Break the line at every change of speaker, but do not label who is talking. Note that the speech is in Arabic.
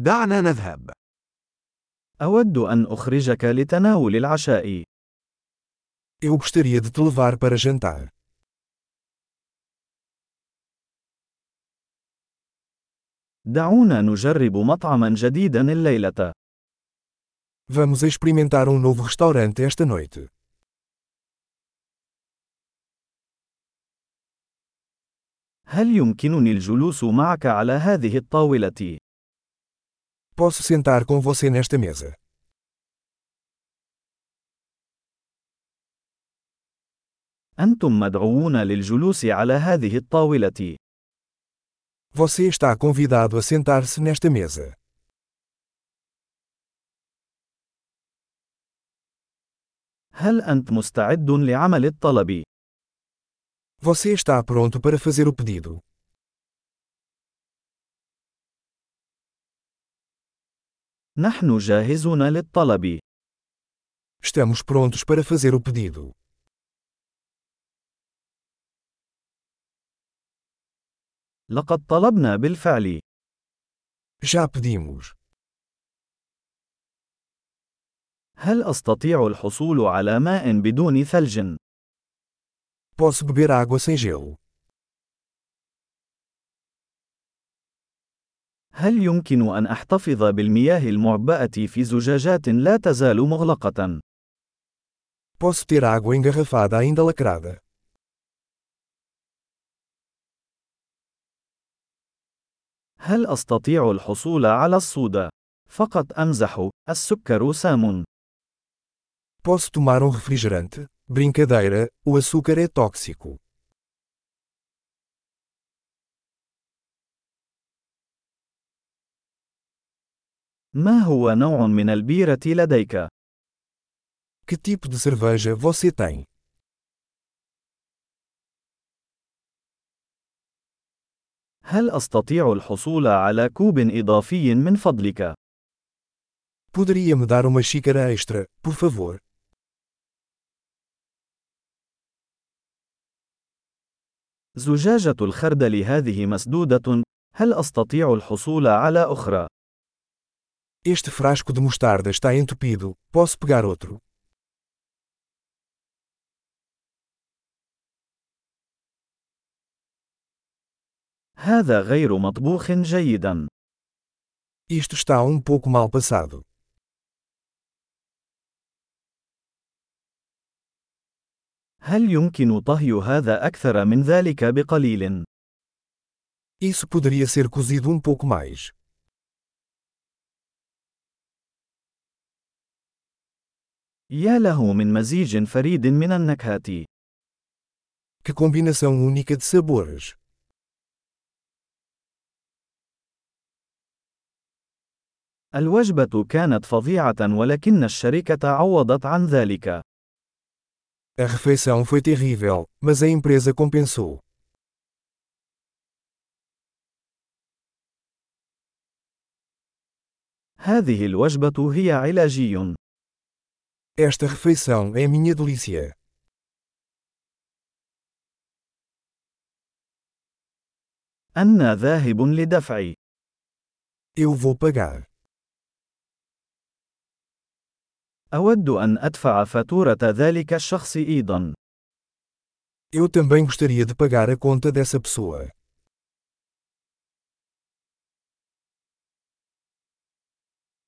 دعنا نذهب.
أود أن أخرجك لتناول العشاء.
Eu gostaria de te levar para jantar.
دعونا نجرب مطعما جديدا الليلة.
Vamos experimentar um novo restaurante esta noite.
هل يمكنني الجلوس معك على هذه الطاولة؟
Posso sentar com você nesta mesa.
أنتم مدعوون للجلوس على هذه الطاولة.
Você está convidado a sentar-se nesta mesa.
هل أنت مستعد لعمل الطلب؟
Você está pronto para fazer o pedido.
نحن جاهزون للطلب.
Estamos prontos para fazer o pedido.
لقد طلبنا بالفعل.
Já pedimos.
هل أستطيع الحصول على ماء بدون ثلج؟
Posso beber água sem gelo.
هل يمكن أن أحتفظ بالمياه المعبأة في زجاجات لا تزال مغلقة؟
Posso ter água engarrafada ainda lacrada.
هل أستطيع الحصول على الصودا؟ فقط أمزح، السكر سام.
Posso tomar um refrigerante? Brincadeira, o açúcar é tóxico.
ما هو نوع من البيرة لديك؟
Que tipo de cerveja você tem?
هل أستطيع الحصول على كوب إضافي من فضلك؟
Poderia me dar uma xícara extra, por favor?
زجاجة الخردل هذه مسدودة، هل أستطيع الحصول على أخرى؟
Este frasco de mostarda está entupido, posso pegar outro?
هذا غير مطبوخ جيدا.
Isto está um pouco mal passado.
هل يمكن طهي هذا أكثر من ذلك بقليل؟
Isso poderia ser cozido um pouco mais.
يا له من مزيج فريد من النكهات.
Que combinação única de sabores!
الوجبة كانت فظيعة ولكن الشركة عوضت عن ذلك.
A refeição foi terrível, mas a empresa compensou.
هذه الوجبة هي علاجي.
Esta refeição é minha delícia.
أنا ذاهب لدفع.
Eu vou pagar.
أود أن أدفع فاتورة ذلك الشخص أيضا.
Eu também gostaria de pagar a conta dessa pessoa.